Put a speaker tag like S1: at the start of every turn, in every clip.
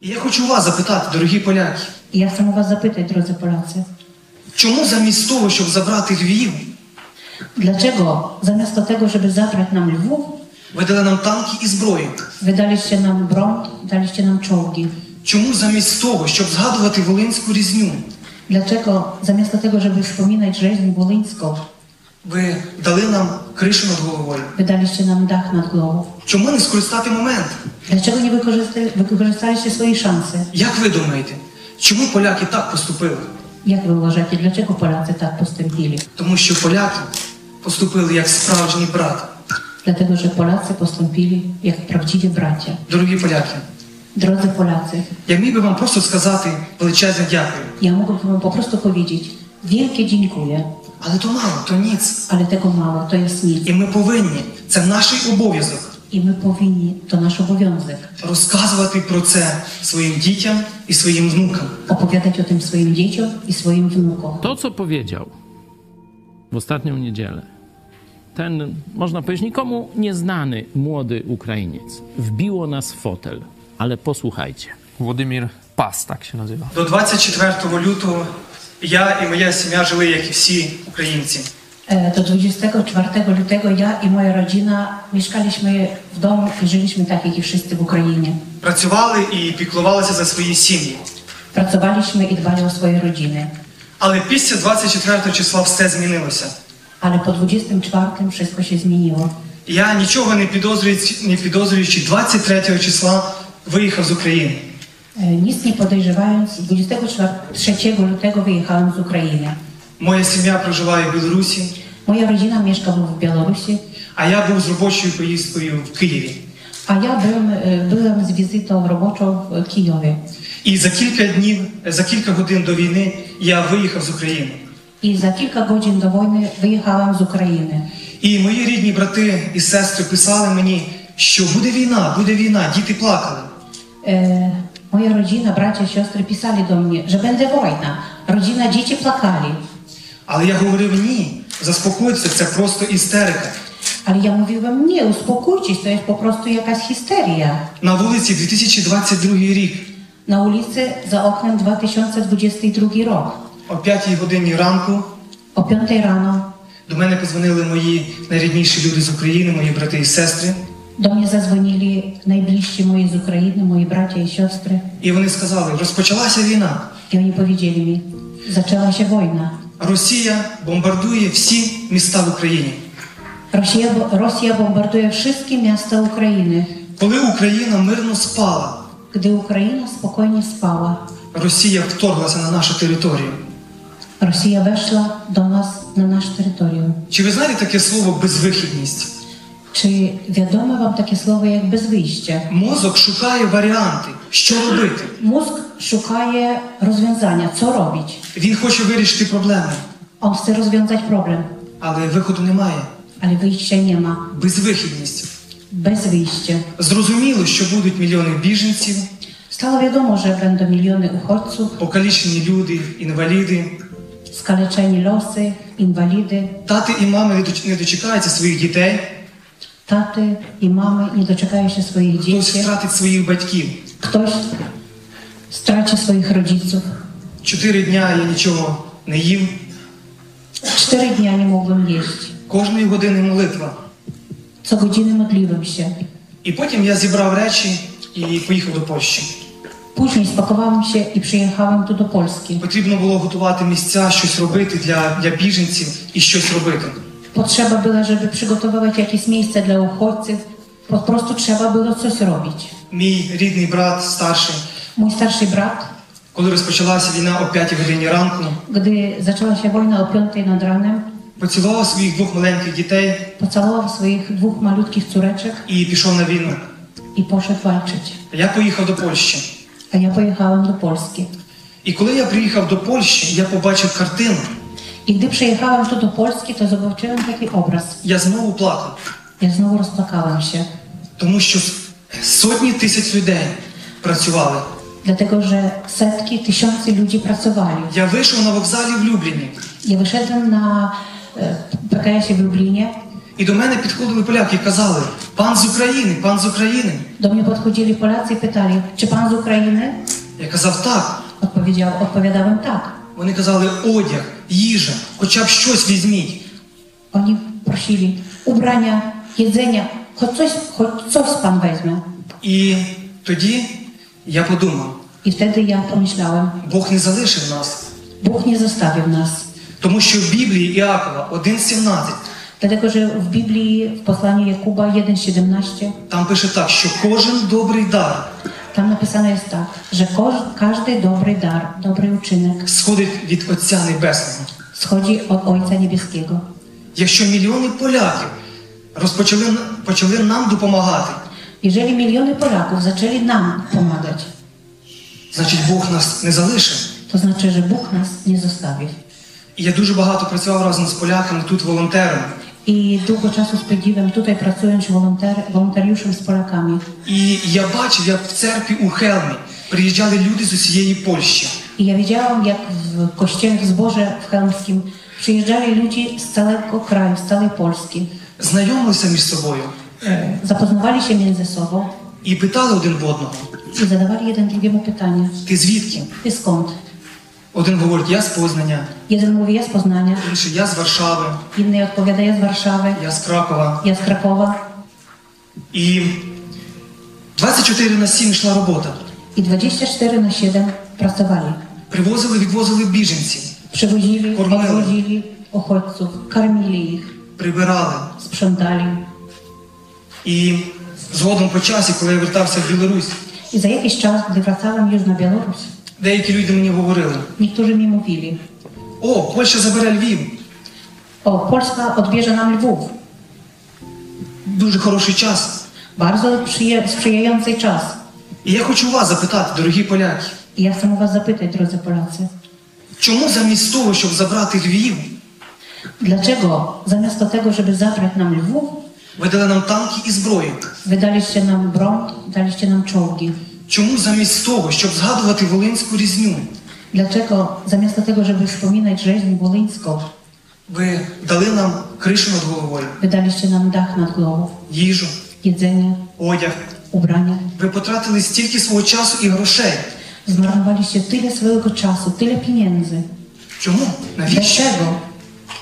S1: І я хочу вас запитати, дорогі поляки,
S2: І я саме вас запитую, дrodzy Polacy,
S1: чому замість того, щоб забрати Львів,
S2: dlaczego zamiast do tego, żeby zabrać nam Lwów,
S1: ви дали нам танки і зброю?
S2: wydaliście nam broń, daliście nam czołgi?
S1: Чому замість того, щоб згадувати Волинську різню,
S2: Dlaczego zamiast do tego, żeby wspominać rzeźń wolyńską,
S1: ви дали нам кришу над головою?
S2: wydaliście nam dach nad głową?
S1: Чому не скористати момент?
S2: Dlaczego nie wykorzysta- wykorzystaliście swojej szansy?
S1: Як ви думаєте, чому поляки так поступили?
S2: Jak wy uważacie, dlaczego Polacy tak postąpili?
S1: Тому що поляки поступили як справжні брати.
S2: Dlatego, że Polacy postąpili jak prawdziwi bracia.
S1: Дорогі поляки,
S2: Drodzy Polacy,
S1: я міг би вам просто сказати величезне дякую.
S2: ja mogłabym wam po prostu powiedzieć wielkie dziękuję,
S1: Але то мало, то ніц.
S2: ale tego mało, to jest nic.
S1: І ми повинні, це наш обов'язок
S2: I my powinni, to nasz obowiązek,
S1: розказувати про це своїм дітям і своїм внукам.
S2: opowiadać o tym swoim dzieciom i swoim wnukom.
S3: To, co powiedział w ostatnią niedzielę, ten, można powiedzieć, nikomu nieznany młody Ukrainiec, wbiło nas w fotel, ale posłuchajcie.
S4: Władimir Pas, tak się nazywa.
S1: До 24 лютого я і моя сім'я жили, як і всі українці.
S2: E, Do 24 lutego ja i moja rodzina mieszkaliśmy w domu i żyliśmy tak jak i wszyscy w Ukrainie.
S1: Працювали і піклувалися за свої сім'ї.
S2: Pracowaliśmy i dbali o swoje rodziny.
S1: Але після 24 числа все змінилося.
S2: Ale po 24 wszystko się zmieniło.
S1: Я нічого не підозрюючи, не підозрюючи 23 числа виїхав з України.
S2: E, Nic nie podejrzewając, 23 lutego wyjechałem z Ukrainy.
S1: Моя сім'я проживає в Білорусі,
S2: Moja rodzina mieszka w Białorusi,
S1: а я був з робочою поїздкою в Києві.
S2: a ja byłem, e, byłem z wizytą roboczą w Kijowie.
S1: І за кілька днів, за кілька годин до війни я виїхав з України.
S2: I za kilka godzin do wojny wyjechałam z Ukrainy.
S1: І мої рідні брати і сестри писали мені, що буде війна, буде війна, діти плакали.
S2: E, moja rodzina, bracia, siostry pisali do mnie, że będzie wojna. Rodzina, dzieci płakali.
S1: Але я говорив ні, заспокойтеся, це просто істерика.
S2: Ale ja mówiłam, nie, uspokójcie się, to jest po prostu jakaś histeria.
S1: На вулиці 2022 рік
S2: Na ulicy za oknem 2022 rok.
S1: о 5 годині ранку
S2: O 5 rano
S1: до мене позвонили мої найрідніші люди з України, мої брати і сестри.
S2: do mnie zadzwonili najbliżsi moi z Ukrainy, moi bracia i siostry.
S1: І вони сказали: розпочалася війна.
S2: I oni powiedzieli mi, zaczęła się wojna.
S1: Росія бомбардує всі міста в Україні.
S2: Rosja, Rosja bombarduje wszystkie miasta Ukrainy.
S1: Коли Україна мирно спала,
S2: Gdy Ukraina spokojnie spała,
S1: Росія вторглася на нашу територію.
S2: Rosja weszła do nas na nasz terytorium.
S1: Чи ви знаєте таке слово безвихідність?
S2: Czy wiadomo Wam takie słowo jak bez wyjścia?
S1: Мозок шукає варіанти, що робити.
S2: Mózg szukaje rozwiązania, co robić.
S1: Він хоче вирішити проблеми,
S2: On chce rozwiązać problem,
S1: але виходу немає.
S2: ale wyjścia nie ma.
S1: Безвихідність.
S2: Bez wyjścia.
S1: Зрозуміло, що будуть мільйони біженців,
S2: Stało wiadomo, że będą miliony uchodźców,
S1: покалічені люди, інваліди.
S2: skaleczeni losy, inwalidy.
S1: Тати і мами не доч- не дочекаються своїх дітей,
S2: Taty i mamy nie doczekają się swoich
S1: хтось
S2: dzieci.
S1: втратить своїх батьків.
S2: Ktoś straci swoich rodziców.
S1: Чотири дня я нічого не їв,
S2: Cztery dnia nie mogłem jeść.
S1: кожної години молитва.
S2: Co godziny modliłem się.
S1: І потім я зібрав речі і поїхав до Польщі.
S2: Później spakowałem się i przyjechałem tu do Polski.
S1: Потрібно було готувати місця, щось робити для, для біженців і щось робити.
S2: Potrzeba była, żeby przygotowywać jakieś miejsce dla uchodźców. Po prostu trzeba było coś robić.
S1: Мій рідний брат старший,
S2: Mój starszy brat,
S1: коли розпочалася війна о 5 годині ранку,
S2: gdy zaczęła się wojna o 5 nad ranem,
S1: поцілував своїх двох маленьких дітей
S2: pocałował swoich dwóch malutkich córeczek
S1: і пішов на війну.
S2: i poszedł walczyć.
S1: Я поїхав до Польщі.
S2: A ja pojechałem do Polski.
S1: І коли я приїхав до Польщі, я побачив картину.
S2: I gdy przyjechałem tu do Polski, to zobaczyłem taki obraz.
S1: Я знову плакав,
S2: Ja znowu rozpłakałem się,
S1: тому що сотні тисяч людей працювали.
S2: dlatego że setki, tysiące ludzi pracowali.
S1: Я вийшов на вокзалі в Любліні.
S2: Ja wyszedłem na e, PKS-ie w Lublinie
S1: І до мене підходили поляки і казали: пан з України, пан з України.
S2: Do mnie podchodzili Polacy i pytali, czy pan z Ukrainy?
S1: Я казав так.
S2: Odpowiedział, odpowiadałem tak.
S1: Вони казали одяг, їжа, хоча б щось візьміть.
S2: Oni prosili ubrania, jedzenia, choć coś, choć coś pan weźmie.
S1: І тоді я подумав,
S2: I wtedy ja pomyślałem,
S1: Бог не залишив нас,
S2: Bóg nie zostawił nas.
S1: тому що в Біблії Іакова 1.17
S2: Dlatego, że w Biblii, w posłaniu Jakuba 1,17,
S1: там пише так, що кожен добрий дар
S2: tam napisane jest tak, że koż- każdy dobry dar, dobry uczynek
S1: сходить від Отця Небесного.
S2: schodzi od Ojca Niebieskiego.
S1: Якщо мільйони поляків розпочали почали нам допомагати,
S2: Jeżeli miliony Polaków zaczęli nam pomagać,
S1: значить Бог нас не залишив.
S2: to znaczy, że Bóg nas nie zostawił.
S1: І я дуже багато працював разом з поляками тут волонтерами.
S2: I długo czasu spędziłem tutaj pracując wolonter- wolontariuszem z Polakami.
S1: І я бачив, як в церкві у Хелмі приїжджали люди з усієї Польщі.
S2: I ja widziałam, jak w kościele w zborze w Chełmskim przyjeżdżali ludzie z całego kraju, z całej Polski.
S1: знайомилися між собою
S2: E, Zapoznawali się między sobą
S1: і питали один в одного:
S2: i zadawali jeden drugiemu pytanie.
S1: Ти звідки?
S2: Ty skąd?
S1: Один говорить, я з Познання,
S2: Jeden mówi, ja z Poznania,
S1: інший я з Варшави,
S2: inny odpowiada, ja z Warszawy,
S1: я з Кракова.
S2: ja z Krakowa.
S1: І 24 на 7 йшла roboта.
S2: I 24 na 7 pracowali.
S1: Привозили, відвозили біженців,
S2: Przywozili,
S1: Korneli.
S2: odwozili uchodźców, karmili ich,
S1: прибирали.
S2: sprzątali.
S1: І згодом по часі, коли я вертався в Білорусь,
S2: I za jakiś czas, gdy wracałam już na Białoruś,
S1: деякі люди мені говорили:
S2: niektórzy mi mówili,
S1: О, Польща забере Львів,
S2: o, Polska odbierze nam Lwów.
S1: дуже хороший час.
S2: Bardzo przyje- sprzyjający czas.
S1: І я хочу вас запитати, дорогі поляки,
S2: I ja chcę was zapytać, drodzy Polacy,
S1: чому замість того, щоб забрати Львів,
S2: dlaczego zamiast do tego, żeby zabrać nam Lwów,
S1: ви дали нам танки і зброю?
S2: wydaliście nam broń, daliście nam czołgi?
S1: Чому замість того, щоб згадувати Волинську різню,
S2: Dlaczego zamiast do tego, żeby wspominać rzeźnię wolyńską,
S1: ви дали нам кришу над головою,
S2: wydaliście nam dach nad głową,
S1: їжу,
S2: jedzenie,
S1: одяг?
S2: ubrania?
S1: Ви потратили стільки свого часу і грошей.
S2: Zmarnowaliście tyle swojego czasu, tyle pieniędzy.
S1: Чому? Навіщо?
S2: Dlaczego?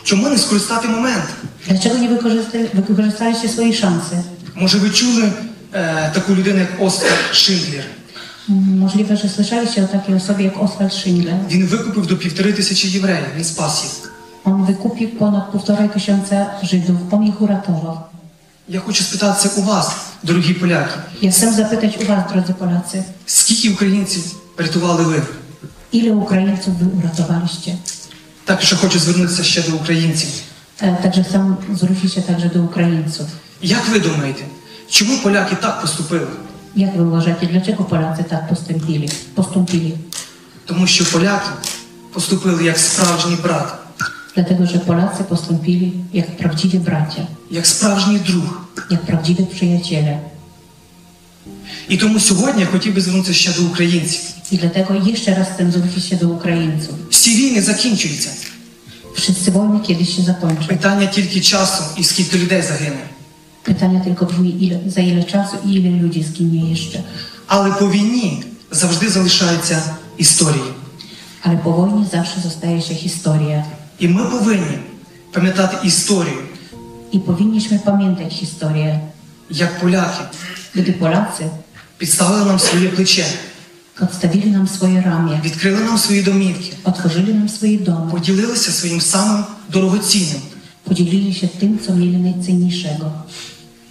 S1: Czemu не скористати момент?
S2: Dlaczego nie wykorzysta- wykorzystaliście swojej szansy?
S1: Може, ви чули е, таку людину, як Оскар Шиндлер?
S2: Możliwe, że słyszeliście o takiej osobie jak Oswald Schindler.
S1: Він викупив до півтори тисячі євреїв, він спас їх.
S2: On wykupił ponad półtorej tysiąca Żydów, on ich uratował.
S1: Я хочу спитатися у вас, дорогі поляки,
S2: Ja chcę zapytać u Was, drodzy Polacy,
S1: скільки українців рятували ви?
S2: ile Ukraińców Wy uratowaliście?
S1: Також я хочу звернутися ще до українців.
S2: E, Także chcę zwrócić się także do Ukraińców.
S1: Як ви думаєте, чому поляки так поступили?
S2: Jak Wy uważacie, dlaczego Polacy tak postąpili? postąpili?
S1: Тому що поляки поступили як справжній брат,
S2: Dlatego, że Polacy postąpili jak prawdziwi bracia,
S1: як справжній друг.
S2: jak prawdziwi przyjaciele.
S1: І тому сьогодні я хотів би звернутися ще до українців.
S2: I dlatego jeszcze raz chcę zwrócić się do Ukraińców.
S1: Всі війни закінчуються.
S2: Wszyscy wojny kiedyś się zakończą.
S1: Питання тільки часу і скільки людей загине.
S2: Pytanie tylko brzmi, ile, za ile czasu i ile ludzi zginie jeszcze.
S1: Але по війні завжди залишаються історії.
S2: Ale po wojnie zawsze zostaje się historia
S1: І ми повинні пам'ятати історію,
S2: i powinniśmy pamiętać historię,
S1: як поляки
S2: gdy Polacy
S1: підставили нам своє плече,
S2: odstawili nam swoje ramię,
S1: відкрили нам свої домівки,
S2: otworzyli nam swoje domy,
S1: поділилися своїм самим дорогоцінним.
S2: podzielili się tym, co mieli najcenniejszego.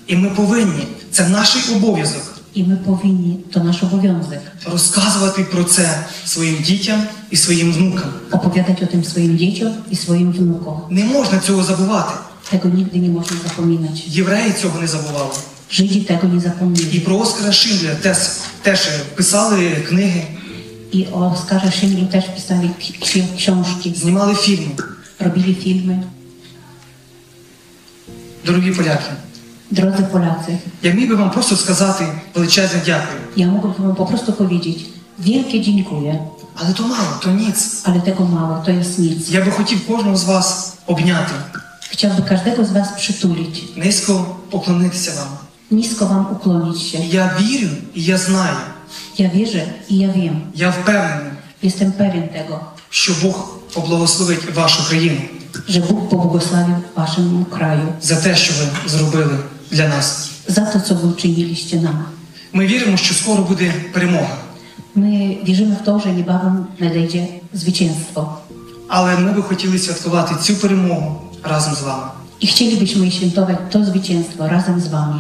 S1: І ми повинні, це наш обов'язок
S2: I my powinni, to nasz obowiązek,
S1: розказувати про це своїм дітям і своїm внукам.
S2: opowiadać o tym swoim dzieciom i swoim wnukom.
S1: Не можна цього забувати.
S2: Tego nigdy nie można zapominać.
S1: Євреї цього не забували.
S2: Żydzi tego nie
S1: І
S2: zapomnieli.
S1: про Оскара Шиндлера теж, теж писали книги,
S2: I o Oskarze Szymlu też pisali ki- ksi- książki,
S1: знімали фільми.
S2: robili filmy.
S1: Дорогі поляки,
S2: Drodzy Polacy,
S1: я міг би вам просто сказати величезне дякую.
S2: ja mogłabym wam po prostu powiedzieć wielkie dziękuję,
S1: Але то мало, то ніц.
S2: ale tego mało, to jest nic.
S1: Я би хотів кожного з вас обняти,
S2: Chciałby każdego z Was przytulić,
S1: низько поклонитися вам.
S2: nisko Wam uklonić się.
S1: І Я вірю і я знаю,
S2: Ja wierzę i ja wiem,
S1: я впевнений,
S2: jestem pewien tego,
S1: що Бог поблагословить вашу країну
S2: że Bóg pobłogosławił Waszemu kraju
S1: за те, що ви зробили для нас.
S2: za to, co Wy uczyniliście nam.
S1: Ми віримо, що скоро буде перемога,
S2: My wierzymy w to, że niebawem nadejdzie zwycięstwo
S1: але ми би хотіли святкувати цю перемогу разом з вами.
S2: i chcielibyśmy świętować to zwycięstwo razem z Wami.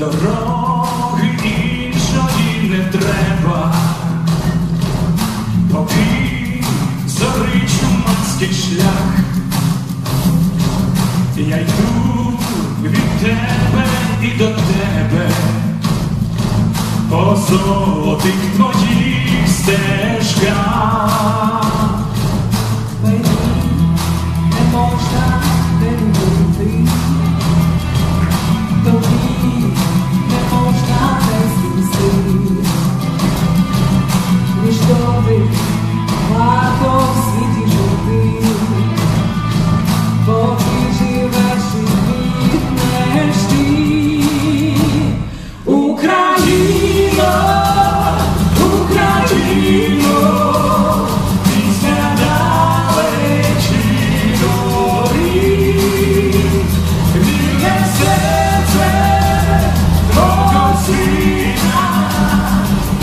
S5: Дороги іншої не треба, Окрім зори чумацький шлях, я йду від тебе і до тебе, по золотих твоїх стежках.
S6: Не можна винути, тобі не можна без ліси, між добрих варто в світі жити, бо ти живеш і квітнеш ти. Україно, Україно,
S5: Пісня далечі горі, вільне серце твого сина,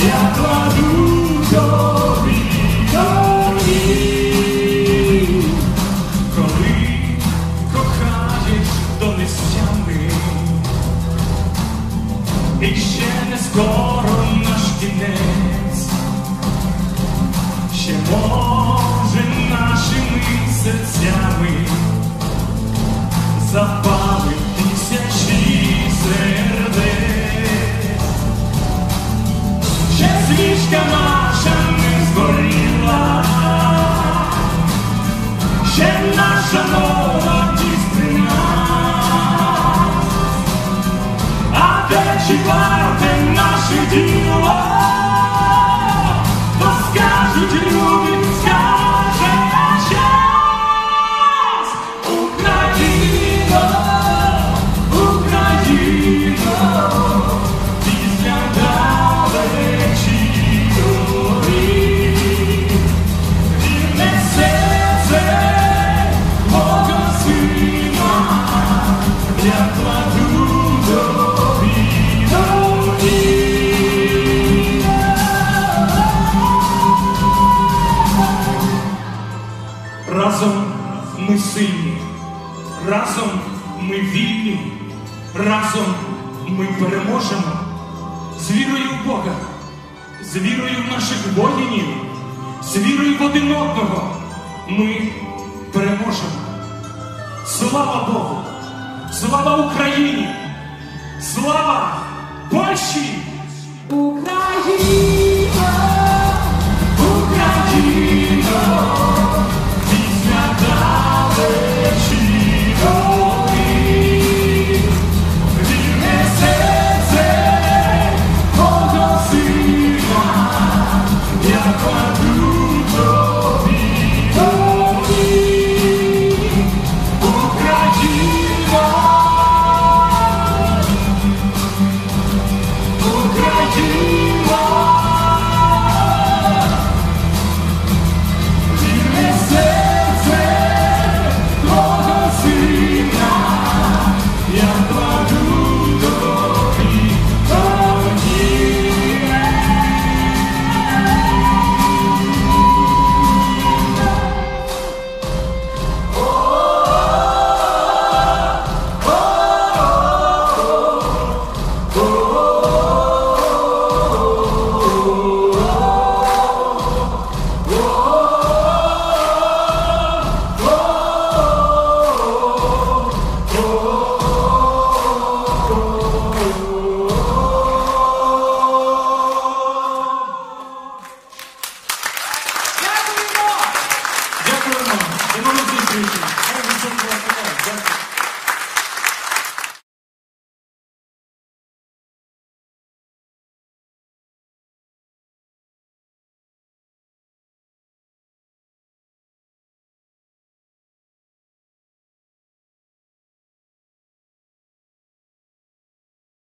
S5: я кладу тобі до ніг. Коли кохаєш донестями, і ще не скоро наш кінець. Ще може нашими серцями запали тисячі сердець. Ще свічка наша не згоріла, ще наша молодість при нас, а те чи варте наше діло? Бо скажуть люди, скаже час. Україно, Україно, після далечі дорі. Вільне серце мого сина я кладу тобі до ніг. Разом ми сильні, разом ми вільні, разом ми переможемо. З вірою в Бога, з вірою в наших воїнів, з вірою в один одного ми переможемо. Слава Богу! Слава Україні! Слава Польщі!
S6: Україно.